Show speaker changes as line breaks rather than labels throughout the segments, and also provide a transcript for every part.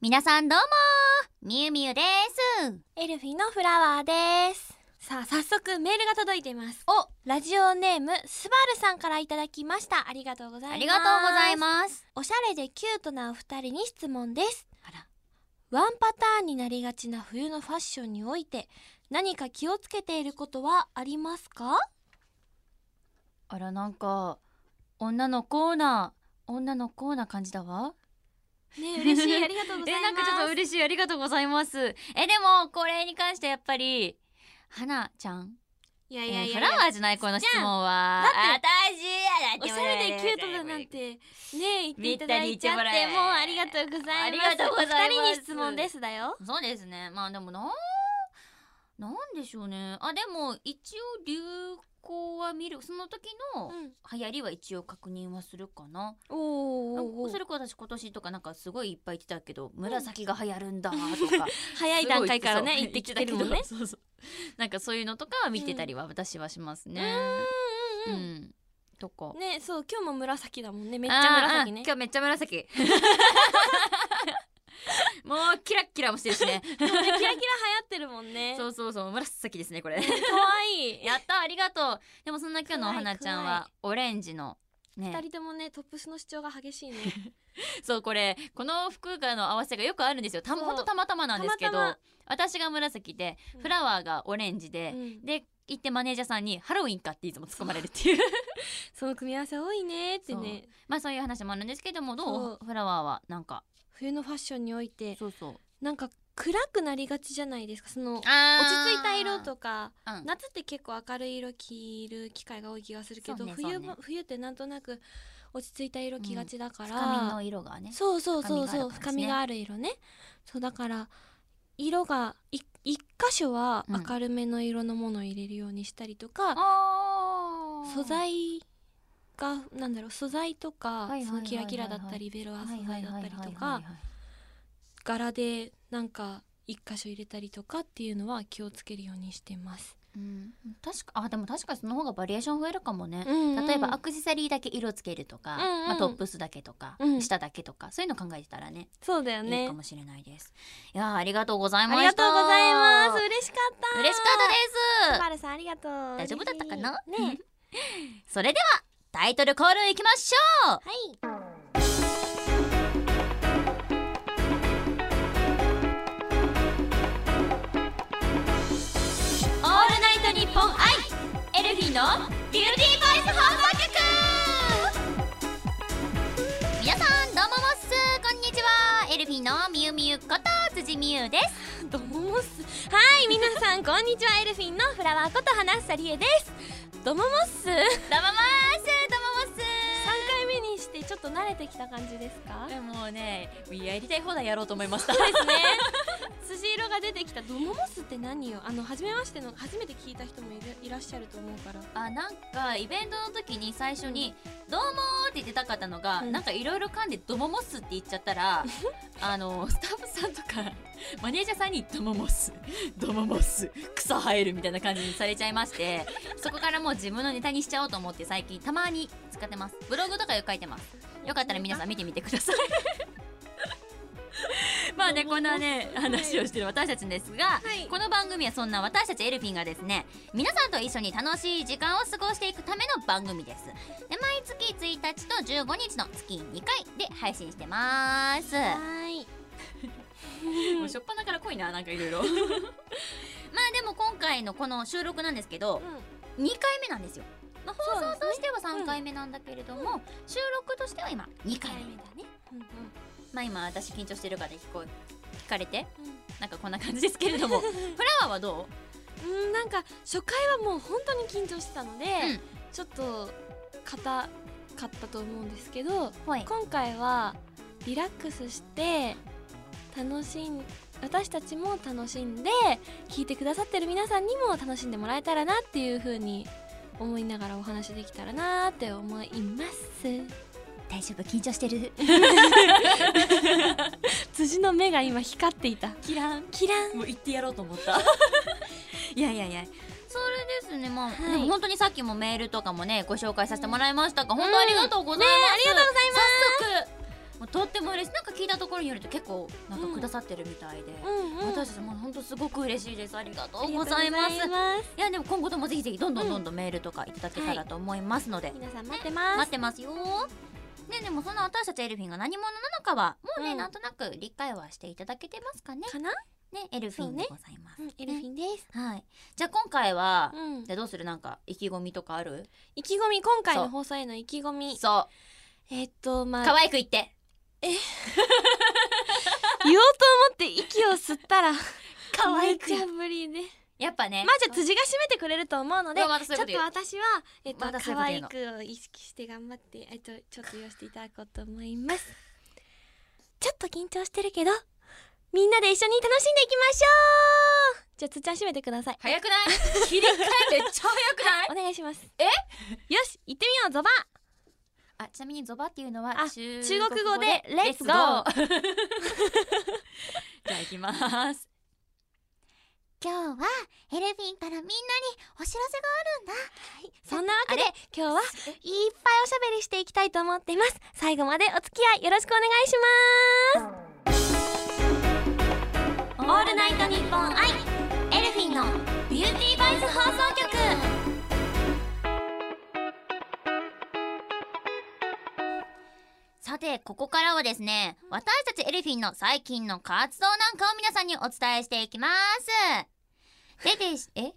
皆さんどうもみゆみゆです
エルフィのフラワーですさあ早速メールが届いています
お
ラジオネームスバルさんからいただきましたありがとうございます
ありがとうございます
おしゃれでキュートなお二人に質問です
あら
ワンパターンになりがちな冬のファッションにおいて何か気をつけていることはありますか
あらなんか女のコーナー女のコーナー感じだわ
ね嬉し いありがとうございます
えなんかちょっと嬉しいありがとうございますえでもこれに関してやっぱり花ちゃん
いやい
え
やいや
フラワーじゃないこの質問は
だっ
私
おしゃれでキュートだなんてね言っていただいちゃってもうありがとうございます
ありがとうございます
お二人に質問ですだよ
そうですねまあでもななんでしょうねあでも一応流行は見るその時の
うん
流行りは一応確認はするかな、
お
なんか
ー
それこそ私今年とかなんかすごいいっぱい言ってたけど紫が流行るんだと か
早い段階からね
す
言
ご
っ
い
てき てるもんね
そうそうそうなんかそういうのとかは見てたりは私はしますねう、
うんんうん
とか
うんねそう今日も紫だもんね
め
めっちゃ紫ね
今日めっちゃ 紫もうキラッキラもしてるしね
キラキラ流行ってるもん ね
そうそうそう紫ですねこれ
可愛い
やったありがとうでもそんな今日のお花ちゃんはオレンジの
二
ね
人ともねトップスの主張が激しいね
そうこれこの服がの合わせがよくあるんですよた
そう
ほんとたまたまなんですけど
たま
私が紫で
うん
フラワーがオレンジで、
うん
で行ってマネージャーさんにハロウィンかっていつも突っ込まれる っていう
その組み合わせ多いねってね
まあそういう話もあるんですけどもど
そう
フラワーはなんか
冬のファッションにおいて
そうそう
なんか暗くなりがちじゃないですかその落ち
落
着いた色とか
か、うん
夏って結構明るい色着る機会が多い気がするけ
そ
ど、
うね
冬
そう
も冬ってなんとなく落ち着いた色着がちだから、
深みの色がね
そうそうそうそう
深
深
み
み
が
がある色ねそうだから色がい一箇所は
うん
明るめの色のものを入れるようにしたりとか、
あー
素材がなんだろう素材とか、
はいはいはいはいはい
そのキラキラだったりベロア素材だった
はいはいは
りと
いはい
か
はい
柄でなんか一箇所入れたりとかっていうのは気をつけるようにしてます。
うん、確かあでも確かにその方がバリエーション増えるかもね、
うんうん
例えばアクセサリーだけ色つけるとか、
うんうん
まあ、トップスだけとか、
うん
下だけとかそういうの考えてたらね
そうだよ
いいかもしれないですいやーありがとうござい
あ
ま
り
し
が
た
とうございます。嬉しかった。
嬉しかった
ス
で
バルさんありがとう。
大丈夫だったかな
嬉しいね。
すそれではタイトルコールいきましょう
はい。
オールナイトニッポンアイエルフィンのビューティーボイス放送局皆さんどうももっすこんにちはエルフィンのみゆみゆこと辻みゆです
どうもっす。はい、皆さん、こんにちは。エルフィンのフラワーこと花さりえです。どうももっす。三
どうももーすどうももっす
回目にして、ちょっと慣れてきた感じです か。
えもうねやりたい放題やろうと思いました
で すね。辻色が出てきた。どうももっすって何よ。あの、初めましての、初めて聞いた人もいる、いらっしゃると思うから。
あなんかイベントの時に最初に「どうも」って言ってたかったのが、
うん
なんかいろいろ噛んで「どももっす」って言っちゃったらあのスタッフさんとかマネージャーさんに「どももっす」「どももっす」「草生える」みたいな感じにされちゃいましてそこからもう自分のネタにしちゃおうと思って最近たまに使ってますブログとかよく書いてますよかったら皆さん見てみてくだ さい。まあねこんなね話をしてる私たちですが、
はい
この番組はそんな私たちエルフィンがですね皆さんと一緒に楽しい時間を過ごしていくための番組ですで毎月1日と15日の月2回で配信してます
はい。
もうしょっぱなから濃いななんかいろいろ まあでも今回のこの収録なんですけど2回目なんですよ、まあ、放
そう
送
ですね
としては3回目なんだけれども、収録としては今2回目だね
うん。うん。
まあ今私緊張してるから聞こえ聞かれて
うん。
なんかこんな感じですけれど もフラワーはどう
うん、なんか初回はもう本当に緊張してたので、
うん
ちょっと硬かったと思うんですけど
ほい
今回はリラックスして楽しん私たちも楽しんで聞いてくださってる皆さんにも楽しんでもらえたらなっていう風に思いながらお話できたらなって思います
大丈夫緊張して る
辻の目が今光っていた
キラン
キラン
もう言ってやろうと思った いやいやいやそれですねまあ、
はい
でも本当にさっきもメールとかもねご紹介させてもらいましたが、本当ありがとうございます、
ありがとうございます
早速もうとっても嬉しいなんか聞いたところによると結構なんかくださってるみたいで、
うんうん、
私たちも本当すごく嬉しいですありがと
あ
う
りが
ご
とうござ
ざ
い
い
ま
ます
す
いやでも今後ともぜひぜひどんどん
うん
どんどんメールとかいただけた
は
ら
い
と思いますので、
皆さん待ってます、
待ってますよねでもその私たちエルフィンが何者なのかはもうね、
うん
なんとなく理解はしていただけてますかね
かな、
ねエルフィンで
そうね
ございます、
エルフィンです、
はいじゃあ今回は、
うん
じゃあどうするなんか意気込みとかある
意気込み今回
そ
の
う
放送への意気込み
そう
えっとまあ
可愛く言って
言おうと思って息を吸ったら
可愛く
無茶ぶりで
やっぱね
まあじゃあ辻が締めてくれると思うので
うわまた
ち
そうい
ょ
うこ
っ
と
と
言う
私は、えっと、
またそういう
可
こと言
愛
うの
くを意識して頑張って、えっと、ちょっと言わせていただこうと思います。ちょっと緊張してるけど、みんなで一緒に楽しんでいきましょうじゃあ、つっちゃん閉めてください。
早くない切り替えめっちゃ早く ない
お願いします。
え
よし行ってみようゾバ
あちなみにゾバっていうのは
あ
中
中国語でレッツゴー
じゃあ行きます
今日はエルフィンからみんなにお知らせがあるんだ
そんなわけで、今日は
え
いっぱいおしゃべりしていきたいと思っています。最後までお付き合いよろしくお願いします。オールナイトニッポン愛エルフィンのビューティーバイス放送局
さてここからはですね私たちエルフィンの最近の活動なんかを皆さんにお伝えしていきますででし え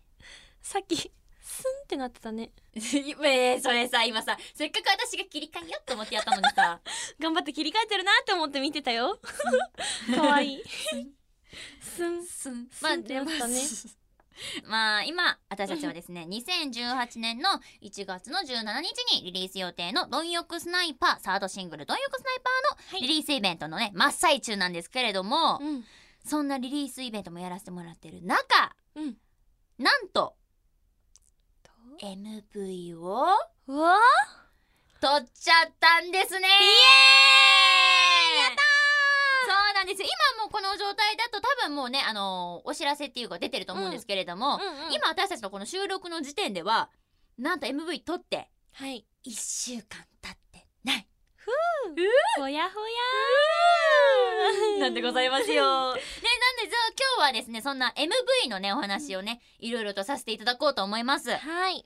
さっきスンってなってたね
えー、それさ今させっかく私が切り替えようと思ってやったのにさ
頑張って切り替えてるなって思って見てたよ可愛いスン
すんまあ
すんって
で
なっ
も
たね
まあ今私たちはですね2018年の1月の17日にリリース予定の「貪欲スナイパー」サードシングル「貪欲スナイパー」のリリースイベントのね真っ最中なんですけれども
うん
そんなリリースイベントもやらせてもらってる中
うん
なんと MV を
うわ
取っちゃったんですねイエーイやったそうなんですよ今もうこの状態だと多分もうねあのーお知らせっていうか出てると思うんですけれども、
うんうん
今私たちのこの収録の時点ではなんと MV 撮って
はい
1週間経ってない
ほやほや
なんでございますよ。 ね、なんでじゃあ今日はですねそんな MV のねお話をねいろいろとさせていただこうと思います。
はい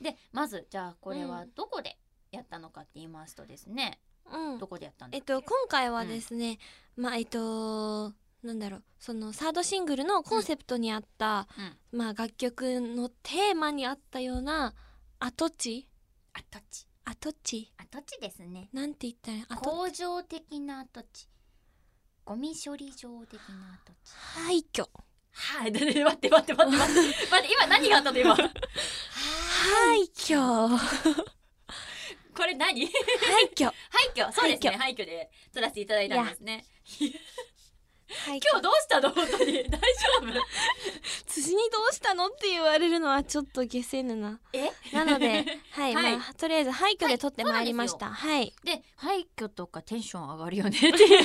でまずじゃあこれは
うん
どこでやったのかって言いますとですね、
うん
どこでやったんだ
えっ
っけ
と今回はですね、まあえっとなんだろうそのサードシングルのコンセプトに合った、
うん
まあ楽曲のテーマに合ったような跡地
跡地
跡地
跡地ですね
なんて言ったらいい跡
工場的な跡地ゴミ処理場的な跡地
廃墟
はい、待って待って待って待って待って今何があった の今
廃墟
これ何 廃
廃 墟
墟そうですね廃墟で撮らせていただいたんですね
廃
今日どうしたの本 当に大丈夫
辻にどうしたのって言われるのはちょっと下せぬな
え
なの ではい、
はい
まあとりあえず廃墟で撮ってまいりましたはい
で廃墟とかテンション上がるよね っていう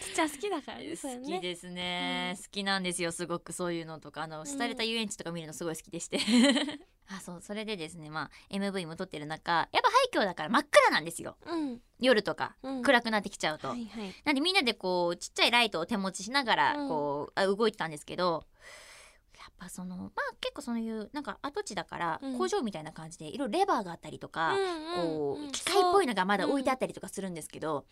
ちっちゃん好きだからねそうよ
好き
ね
ですね、好きなんですよすごくそういうのとかあの
ん
廃れた遊園地とか見るのすごい好きでして あそうそれでですねまあ MV も撮ってる中やっぱ廃墟だから真っ暗なんですよ
うん
夜とか
うん
暗くなってきちゃうと、
はいはい
なんでみんなでこうちっちゃいライトを手持ちしながら
うん
こう、あ動いてたんですけどやっぱそのまあ結構そういうなんか跡地だから
うん
工場みたいな感じでいろいろレバーがあったりとか、こ
こ
う機械っぽいのがまだ置いてあったりとかするんですけど、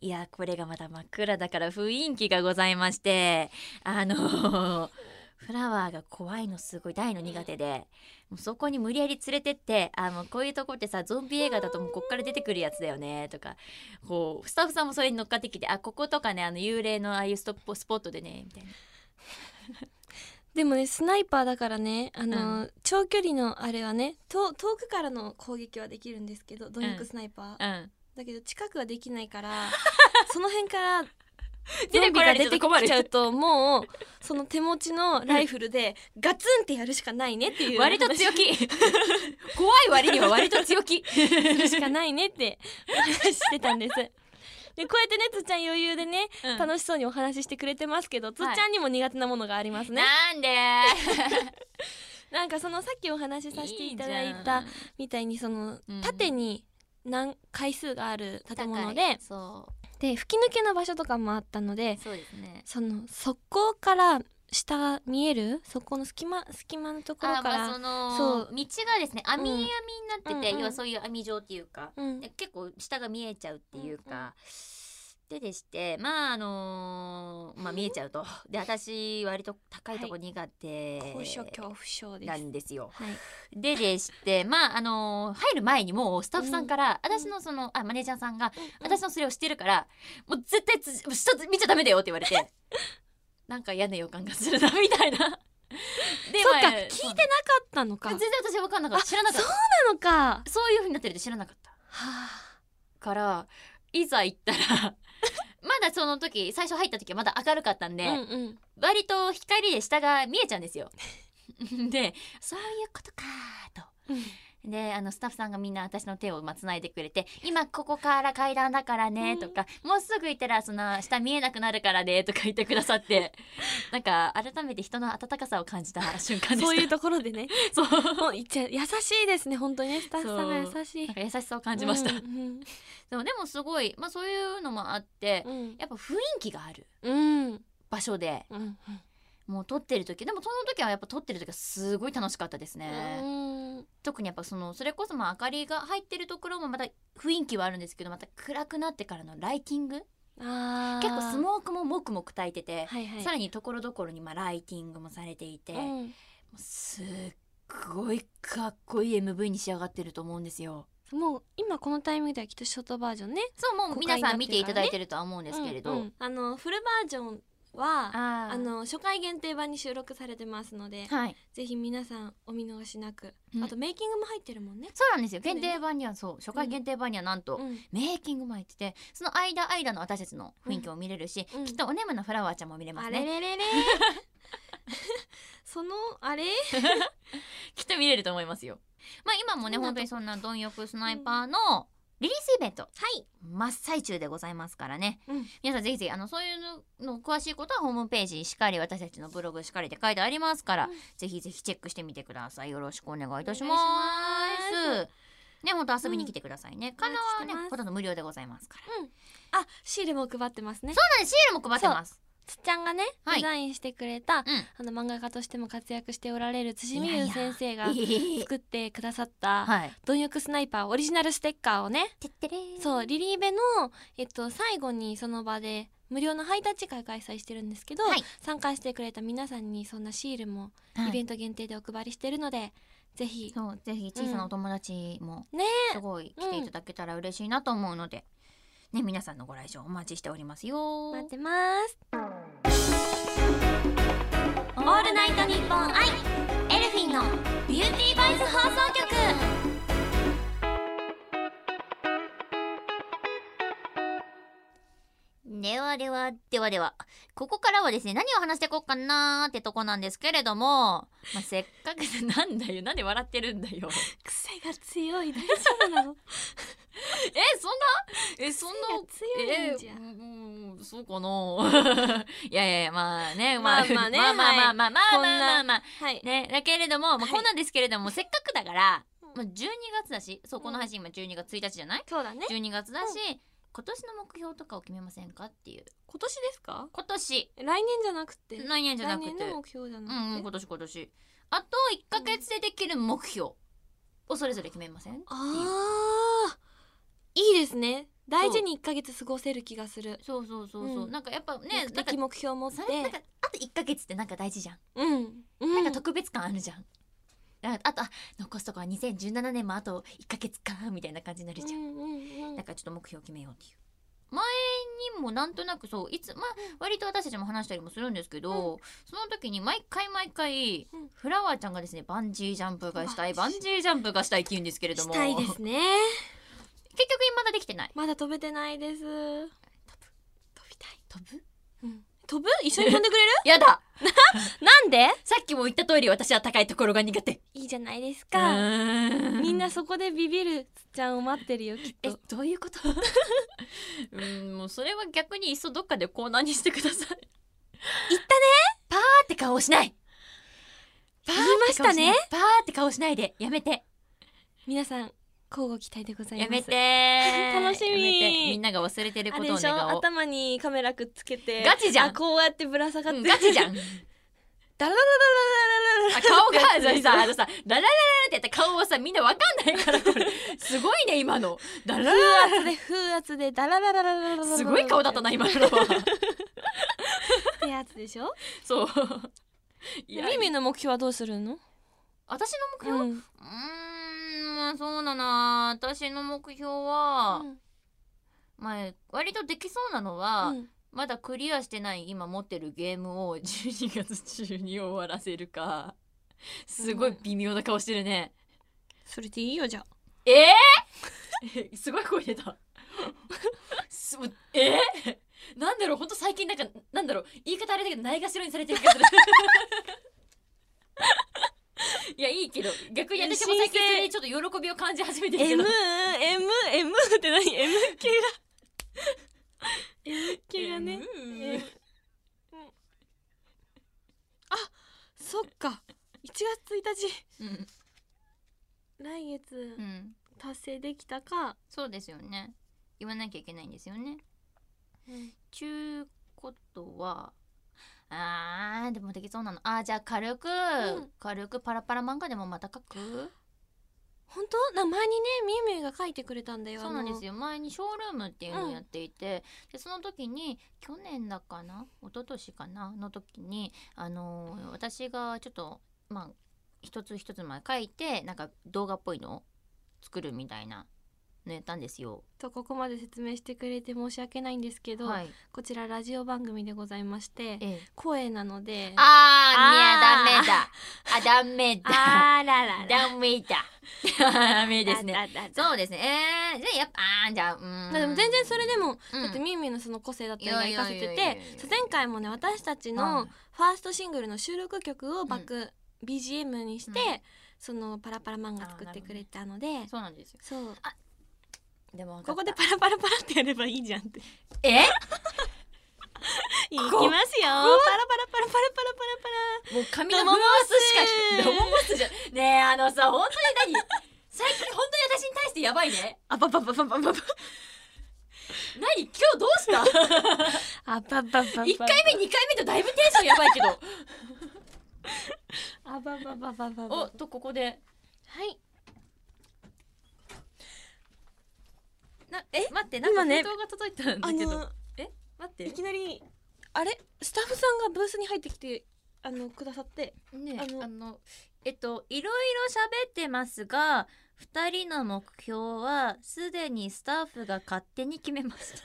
いやこれがまだ真っ暗だから雰囲気がございましてあのフラワーが怖いのすごい大の苦手でもうそこに無理やり連れてってあもうこういうとこってさゾンビ映画だともうこっから出てくるやつだよねとかこうスタッフさんもそれに乗っかってきてあこことかねあの幽霊のああいうストップスポットでねみたいな。
でもねスナイパーだからねあの、長距離のあれはねと遠くからの攻撃はできるんですけどドリンクスナイパー、
うん、
だけど近くはできないから その辺から
出
ゾ
て
ン
こ
ビ
ら
が
れ
出
ると
て
困る
きちゃうともうその手持ちのライフルでガツンってやるしかないねっていう
割と強気 怖い割には割と強気
やるしかないねってお話ししてたんです。でこうやってねつっちゃん余裕でね、
うん
楽しそうにお話ししてくれてますけどつっちゃんにも苦手なものがありますね、
なんで
なんかそのさっきお話しさせていただいたみたいにその、
うん
縦に何回数がある建物
高
で
いそ
で吹き抜けの場所とかもあったので
うそうですね
その側溝から下が見える側溝の隙間隙間のところ
あ
から、
まあその
そう
道がですね網
うん
網になってて、
うんうん
要はそういう網状っていうか、
うん
で結構下が見えちゃうっていうか、ででしてまああのーまあ見えちゃうとで私割と高いとこ苦手
高所恐怖症です。
な
はい
んですよ。ででしてまああのー入る前にもうスタッフさんから、私のそのあマネージャーさんが、私のそれをしてるからもう絶対つ下見ちゃダメだよって言わ れてなんか嫌な予感がするなみたいな。で
そっか
まあ
聞いてなかったのか。
全然私分かんなかった知らなかっ
そ
た
なのか。は
そういう風になってるって知らなかった
あ。
からいざ行った らまだその時最初入った時はまだ明るかったんで、
うんうん。
割と光で下が見えちゃうん ですよでそういうことかーとであのスタッフさんがみんな私の手をまあつないでくれて「今ここから階段だからね」とか、もうすぐ行ったらその下見えなくなるからね」とか言ってくださ ってなんか改めて人の温かさを感じた瞬間でした
そういうところでね。
そう
もういっちゃ優しいですね本当にねスタッフさんが優しい
なん。か優しさを感じました、
うん
でもでもすごい、まあ、そういうのもあって、
うん
やっぱ雰囲気がある
うん
場所で
うんうん
もう撮ってる時でもその時はやっぱ撮ってる時はすごい楽しかったですね、
うん
特にやっぱそのそれこそまあ明かりが入ってるところもまた雰囲気はあるんですけどまた暗くなってからのライティング
あー
結構スモークももくもく焚いてて、
はいはい
さらにところどころにまあライティングもされていて、
う
も
ん
うすっごいかっこいい MV に仕上がってると思うんですよ
もう今このタイミングではきっとショートバージョンね
そうもう皆さん見ていただい
公開
て
になってるからね
るとは思うんですけれど、
うんうんあのフルバージョンは
あー
あの初回限定版に収録されてますので
はい
ぜひ皆さんお見逃しなく
うん
あとメイキングも入ってるもんね
そうなんですよ
そうだ
限
よね
定版にはそう初回限定版にはなんと、
うん
メイキングも入っててその間間の私たちの雰囲気も見れるし、
うん
きっとおねむのフラワーちゃんも見れま
あ
す
れ
ね
れれれそのあれ
きっと見れると思いますよまあ今もね
そ
本
んなとこ
当にそんな貪欲スナイパーのリリースイベント、はい真っ最中でございますからね、
うん
皆さんぜひぜひあのそういうのの詳しいことはホームページしっかり私たちのブログしっかりで書いてありますから、
うん
ぜひぜひチェックしてみてくださいよろしくお願いいたし
お
ます
願
ね本当遊びに来てくださいね、かなは
お待ちしてま
ね
す
ほとんど無料でございますから
あシールも配ってます
なの
ね
でシールも配ってます
つっちゃんがね、
はい
デザインしてくれた、
うん
あの漫画家としても活躍しておられる辻
い
美
やい
優
や
先生が作ってくださっ
あ
た
はい。
「貪欲スナイパー」オリジナルステッカーをね
てってれ
そうリリーベの、えっと、最後にその場で無料のハイタッチ会を開催してるんですけど、
はい
参加してくれた皆さんにそんなシールもイベント限定でお配りしてるので、ぜひ
そうぜひ小さなお友達も
ね
すごい来ていただけたら嬉しいなと思うので、ね皆さんのご来場お待ちしておりますよ。
待ってます。
オールナイトニッポンアイエルフィンのビューティーバイス放送局。ではではではではここからはですね何を話していこうかなーってとこなんですけれども、 まあ、せっかくなんだよなんで笑ってるんだよ
癖が強い大丈夫 なの
えそんなえそんな
強いんじゃ
え、うんうんそうかな いやいやいやまあねまあ
まあまあね
まあまあまあま
はい
あまあ
こん
まあま
な
あまあ
はい、
ねだけれども、ま
は
あ、
い
こうなんですけれども、せっかくだから、
うん
まあ、12月だしそうこの配信今12月1日じゃない
そうだね
?12 月だし、今年の目標とかを決めませんかっていう
今年ですか
今年
来年じゃなくて
来年じゃな
来
くて
年の目標じゃな
う
くて、
んうん今年今年あと1ヶ月でできる目標をそれぞれ決めません
あーいいですね大事に一ヶ月過ごせる気がする
そうそうそうそう、
うん
なんかやっぱね
目
なんか
的目標を持って
それなんかあと1ヶ月ってなんか大事じゃん
うん
な
なん
か特別感あるじゃん。だからあとあ残すとこは2017年もあと1ヶ月かみたいな感じになるじゃん。なんかちょっと目標を決めようっていう。前にもなんとなくそういつまあ割と私たちも話したりもするんですけど、その時に毎回毎回、
うん
フラワーちゃんがですねバンジージャンプがしたいバ
バ
ン
ン
ジージャンプがしたいって言うんですけれど
し
も
たいで
結局
すね
まだできてない
まだ飛べてないです飛ぶ飛びたい、
飛ぶ
うん、飛ぶ一緒に飛んでくれる
やだ
なんで
さっきも言った通り私は高いところが苦手
いいじゃないですかみ
み
んなそこでビビるつっちゃんを待ってるよきっ
え
と
どういうことうんもうそれは逆にいっそどっかでコーナーにしてください言ったねパーって顔をしないパーって顔をしない
言いましたね
パーって顔をしないでやめて
皆さん交互期待でございます
やめて
楽しみ
やめてみんなが忘れてる
あ
こ
れ
と
で
を
しょ
願おう
頭にカメラくっつけて
ガチじゃん
あこうやってぶら下がっ
う
て
んガチじゃんあ
ダラダラダラ
顔が
やつでしょ
さあのさラララララってやった顔はさみんなわかんないからこれすごいね今のラララ
ダラダラダラ風圧で風圧でダラダラダラダラダラ
すごい顔だったな今のは
ってやつでしょ
そうい
ミ
や
ミの目標はどうするの
私の目標
うん
うーんまあそうだな私の目標は、
うん
まあ割とできそうなのは、まだクリアしてない今持ってるゲームを12月中に終わらせるかすごい微妙な顔してるね、
それでいいよじゃあ
えー えすごい声出たすえー、なんだろうほんと最近なんかなんだろう言い方あれだけどないがしろにされてる気が するいやいいけど逆に私も最近それにちょっと喜びを感じ始めてるけ
M
ど
M M って何 M 系が M 系がね
うん
えそっか1月1日
うん、
来月
うん、
達成できたか
そうですよね言わなきゃいけないんですよねちゅうことはあーでもできそうなのあーじゃあ軽く、
ん
軽くパラパラ漫画でもまた書く
本当な前にねみゆみゆが書いてくれたんだよ
そうなんです
よ
よ前にショールームっていうのをやっていて、でその時に去年だかな一昨年かなの時にあのー私がちょっとまあ一つ一つ前書いてなんか動画っぽいのを作るみたいなのやったんですよ。
とここまで説明してくれて申し訳ないんですけど、
はい、
こちらラジオ番組でございまして
ええ
声なので
あー、い
あー
や、ダメだ。あ、
あらら
ダメだ。ダメだ。ダメですね。
あだだだ
そうですね。えー、じゃあ、やっぱ、あーじゃあ、うーん。
でも全然それでも、
うん、
だってみゆみゆのその個性だったりが
い
活
や
か
い
せ
やい
て
やい
て
やいや
そう前回もね私たち
は
の
い
ファーストシングルの収録曲をバック、BGM にして、
うん
そのパラパラ漫画作ってくれたので
そうなんですよ。
そう
でも、
ここでパラパラパラってやればいいじゃんって
え
いきますよ
こ
パラパラパラパラパラパラ
もう髪の
ロモモ
ス
ス
しか、ロモモスじゃ、ねえ、あのさ、本当に何 最近本当に私に対してやばいね。
あばばばばばばば
何今日どうした
あばばばば
?1 回目、2回目とだいぶテンションやばいけど。
あばばばば ばば
お、と、ここで。
はい
なえ待って、なんか
今ね
封筒が届いたんだ
あ
けど。
の
え待って
い。きなりあれスタッフさんがブースに入ってきてあのくださって
ね
あ
あの
の
えっといろいろ喋ってますが2人の目標はすでにスタッフが勝手に決めました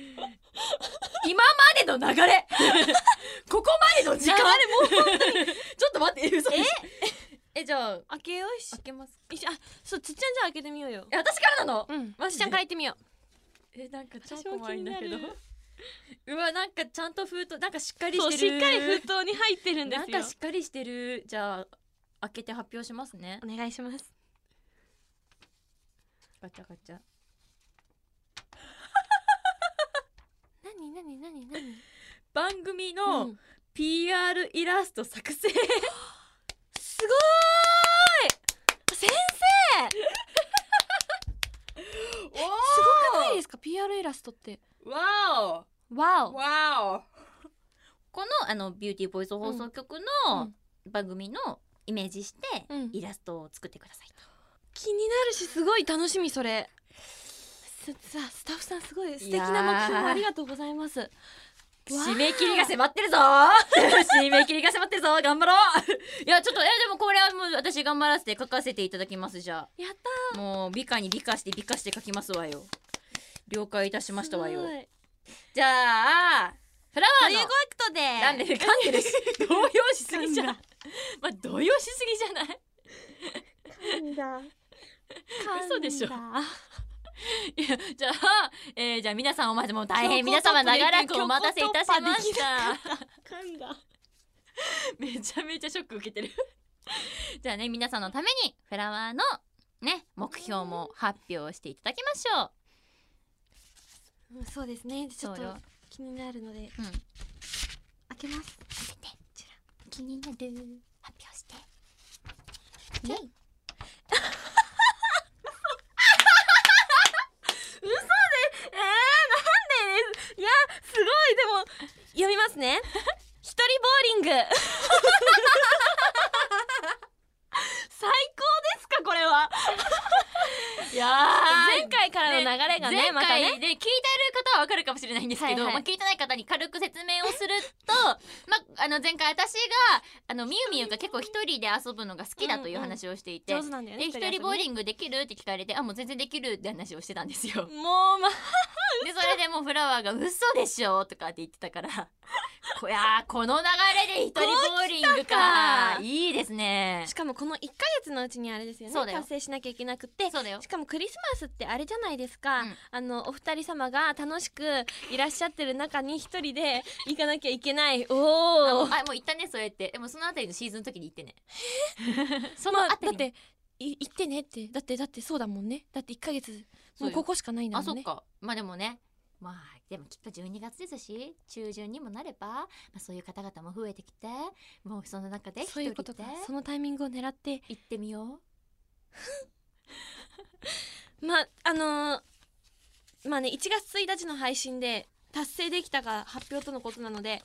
嘘今までの流れここまでの時間
流れ
もう本当にちょっと待ってえ嘘ええじゃあ
開けようし
開けます
いしあそうつっちゃんじゃあ開けてみようよ
え私からなの
うん
マ
マ
ジで
ジちゃんから行ってみよ
えなんか
超怖いんだけど
うわなんかちゃんと封筒なんかしっか
う
りしてる
筒に入ってる
なんかしっかりしてるじゃあ開けて発表しますね
お願いします
ガチャガチャ
なになになになに
番組の PR イラスト作成、
すごーい先
おお
すごくないですか PR イラストって
わ
わ
お
お
わおこのあのビューティーボイス放送局
う
の
ん
番組のイメージして、
うん
イラストを作ってくださいと
気になるしすごい楽しみそれすさあスタッフさんすごい素敵な目標をありがとうございますわー
締め切りが迫ってるぞ 締め切りが迫ってるぞ頑張ろういやちょっとえでもこれはもう私頑張らせて書かせていただきますじゃあ
やっ
もう美化に美化して美化して書きますわよ了解いたしたましたわよ
すごい
じゃあフラワーの
とで
なんで噛んで るし動揺しすぎじゃん
噛
ま
ん
あ動揺しすぎじゃない嘘でしょいやじゃあ、えーじゃあ皆さんお待ちもう大変皆様長らくお待たせいたしました
噛んだ
めちゃめちゃショック受けてる じゃあね皆さんのためにフラワーのね目標も発表していただきましょう
うんそうですねちょっ
そうよ
と気になるので、
ん
開けます
気になる発表してイエイ
えー、なんでですいやすごいでも読みます ね一人ボーリング最高ですかこれはい
や
前回からの流れがね
前
またね
回で聞いてる方はわかるかもしれないんですけど、
はいはい
まあ、聞いてない方に軽く説明をする と、まあ、あの前回私があのみゆみゆが結構一人で遊ぶのが好きだという話をしていて、
上手なんだよね
で一人ボーリングできるって聞かれてあもう全然できるって話をしてたんですよ。
もうま
でそれでもうフラワーが嘘でしょとかって言ってたから こいやーこの流れで一人ボーリング
こう来た
か
か
いいですね
し。かもこの1ヶ月のうちにあれですよね
そうだよ
達成しなきゃいけなくて
そうだよ
しかもクリスマスってあれじゃないですか、
うん
あのお二人様が楽しくいらっしゃってる中に一人で行かなきゃいけない
あも
お
う
お
あもう行ったねそうやってでもそのあたりのシーズンの時に行ってね その
まあ、だ
あたり
っ
に
てい行ってねってだってだってそうだもんねだって1ヶ月
そう
もう
よ
ここしかないんだ
あ
もん
そっ
ね
かまあでもねまあでもきっと12月ですし中旬にもなれば、まあ、そういう方々も増えてきてもうその中で一
そうい
人
うこと
で
かそのタイミングを狙って
行ってみよ
まああのーまあね1月1日の配信で達成できたが発表とのことなので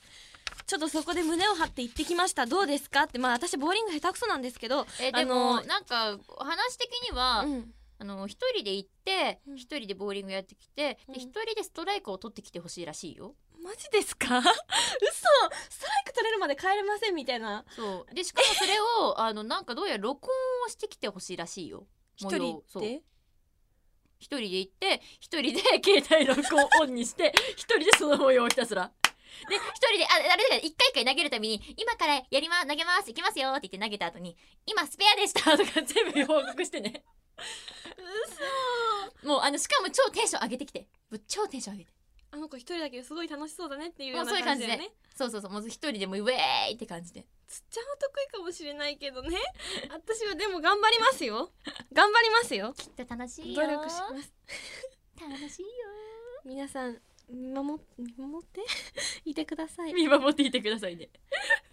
ちょっとそこで胸を張って行ってきましたどうですかってまあ私ボーリング下手くそなんですけど
うえ
あ
でも、
のー
なんか話的には、
うん
あの一人で行って
うん
一人でボーリングやってきて
うん
で一、人でストライクを取ってきてほしいらしいよ
マジですか 嘘ストライク取れるまで帰れませんみたいな
そうでしかもそれをあのなんかどうやら録音をしてきてほしいらしいよ
一
模
人
様そう
で
一人で行って一人で 携帯録音オンにして一人でその模様をひたすらで一人でああれだよ一回一回投げるたびに「今からやりま投げます行きますよ」って言って投げた後に「今スペアでした」とか全部報告してねもうあのしかも超テンション上げてきてぶっ超テンション上げて
あの子一人だけどすごい楽しそうだねっていう
も
よう
うそうい
な
う感
感
じ
じ
で
だよね
そうそうそうもう一人でもうウェーイって感じで
つっちゃんは得意かもしれないけどね 私はでも頑張りますよ頑張りますよ
きっと楽しい
努
よ
力します
楽しいよ
皆さん見守見守って いてください
見守っていてくださいね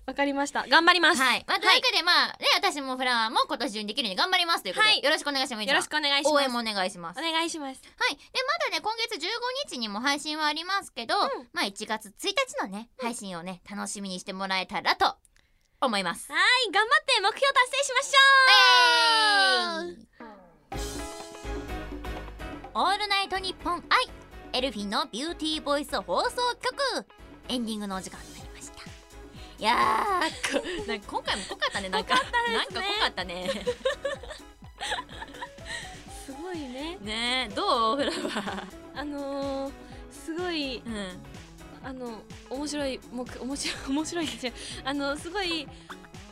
わかりました頑張ります、
はいまあというわけで、まあね私もフラワーも今年中にできるように頑張りますということで、
はい
よろしくお願いします
よろしくお願いします
応援もお願いします
お願いします
はい。で、まだね、今月15日にも配信はありますけど、
ん
まあ1月1日のね、配信をね、楽しみにしてもらえたらと思います。
はい頑張って目標達成しまし
イエーイオールナイトニッポン愛エルフィンのビューティーボイス放送局エンディングのお時間になりました。いやーこなんか今回も濃かったねなんかなんか濃かったね
ょうすごいね
ねえどうフラワー
あのー、すごい
うん
あの面白い目面白い 面白いですよあのすごい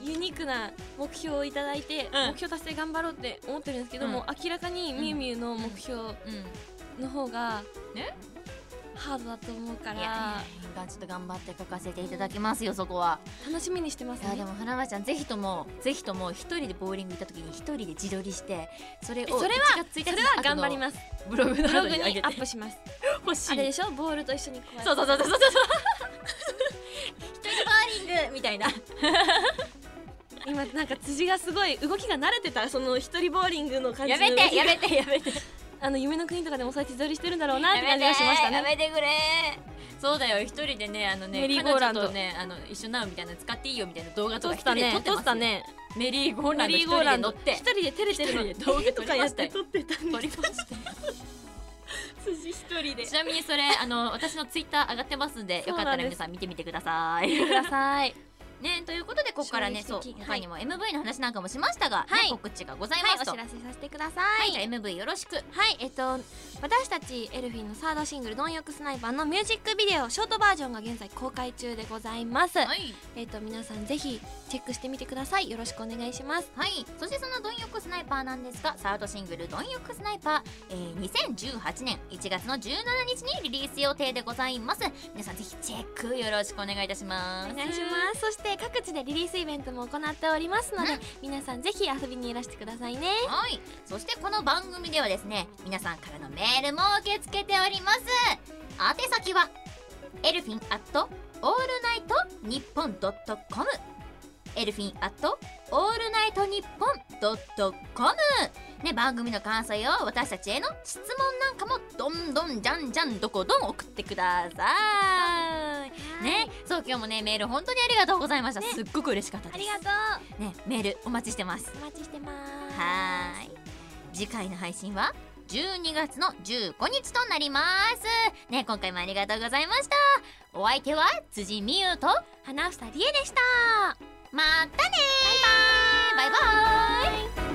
ユニークな目標をいただいて、
うん
目標達成頑張ろうって思ってるんですけど
うん
も、明らかにみゆみゆの目標
うん
の方が、
ね
ハードだと思うか
いやい
ら
やちょっと頑張って書かせていただきますよそこは
楽しみにしてます
いやで
ね
も花輪ちゃんぜひともぜひとも一人でボーリング行った時に一人で自撮りしてそれを
えそれは
1月1
そ
日
れ
の
は
後
頑
の
張ります
ブログの
ブ
後
ログ
に
に
上げて
アップします
欲し
あ
い
れでしょボールと一緒に こうやって
そうそうそうそうそうそう一人でボーリングみたいな
今なんか辻がすごい動きが慣れてたその一人ボーリングの感じ
や
の動き
めてやめてやめて
あの夢の国とかでもそうやって自撮りしてるんだろうなって
やめ
感
て
じがしました
や
ね
めてくれそうだよ一人でねあのね
メリーゴーラン
彼
ド
女とねあの一緒なうみたいな使っていいよみたいな動画と
撮
か一人
った
で撮
ね
って
撮
ま
っ
すよ
たね
メリーゴーラ
メ
ンド
リ
一
ーゴ
人
ー
で
ラン
乗
ド
って
一人で照れてるの
一人で動画撮りましたよ
とかやって撮ってたん
撮
で
りました
辻一人で
ちなみにそれあの私のツイッター上がってますんで
そう
よ
な
か
んです
ったら皆さん見てみてください。
ください
ねということでここからねそ
衝
う
撃的
他にも MV の話なんかもしましたが、ね
はい
告知がござい
はい
ま
お
すと。
知
はい
らせさせてください
じゃあ MV よろしく。
はいえっと私たちエルフィンのサードシングル「貪欲スナイパー」のミュージックビデオショートバージョンが現在公開中でございます、
はい
えっと皆さんぜひチェックしてみてくださいよろしくお願いします
はい、そしてその「貪欲スナイパー」なんですがサードシングル「貪欲スナイパー」えー、2018年1月の17日にリリース予定でございます皆さんぜひチェックよろしくお願いいたしま
お
す
願いしますそして各地でリリースイベントも行っておりますので、
うん
皆さんぜひ遊びにいらしてくださいね
はい、そしてこの番組ではですね皆さんからのメールも受け付けております宛先はエルフィンアットオールナイトニッポンドットコムエルフィンアットオールナイトニッポンドットコムね、番組の感想や私たちへの質問なんかもどんどんじゃんじゃんどこどん送ってくださいね、そう今日もねメール本当にありがとうございました、すっごく嬉しかったです
ありがと
うねメールお待ちしてます
うお待ちしてます
はーい次回の配信は12月の15日となりますね今回もありがとうございましたお相手は辻美優と
花房理恵でした
またねバイバーイバイバーイ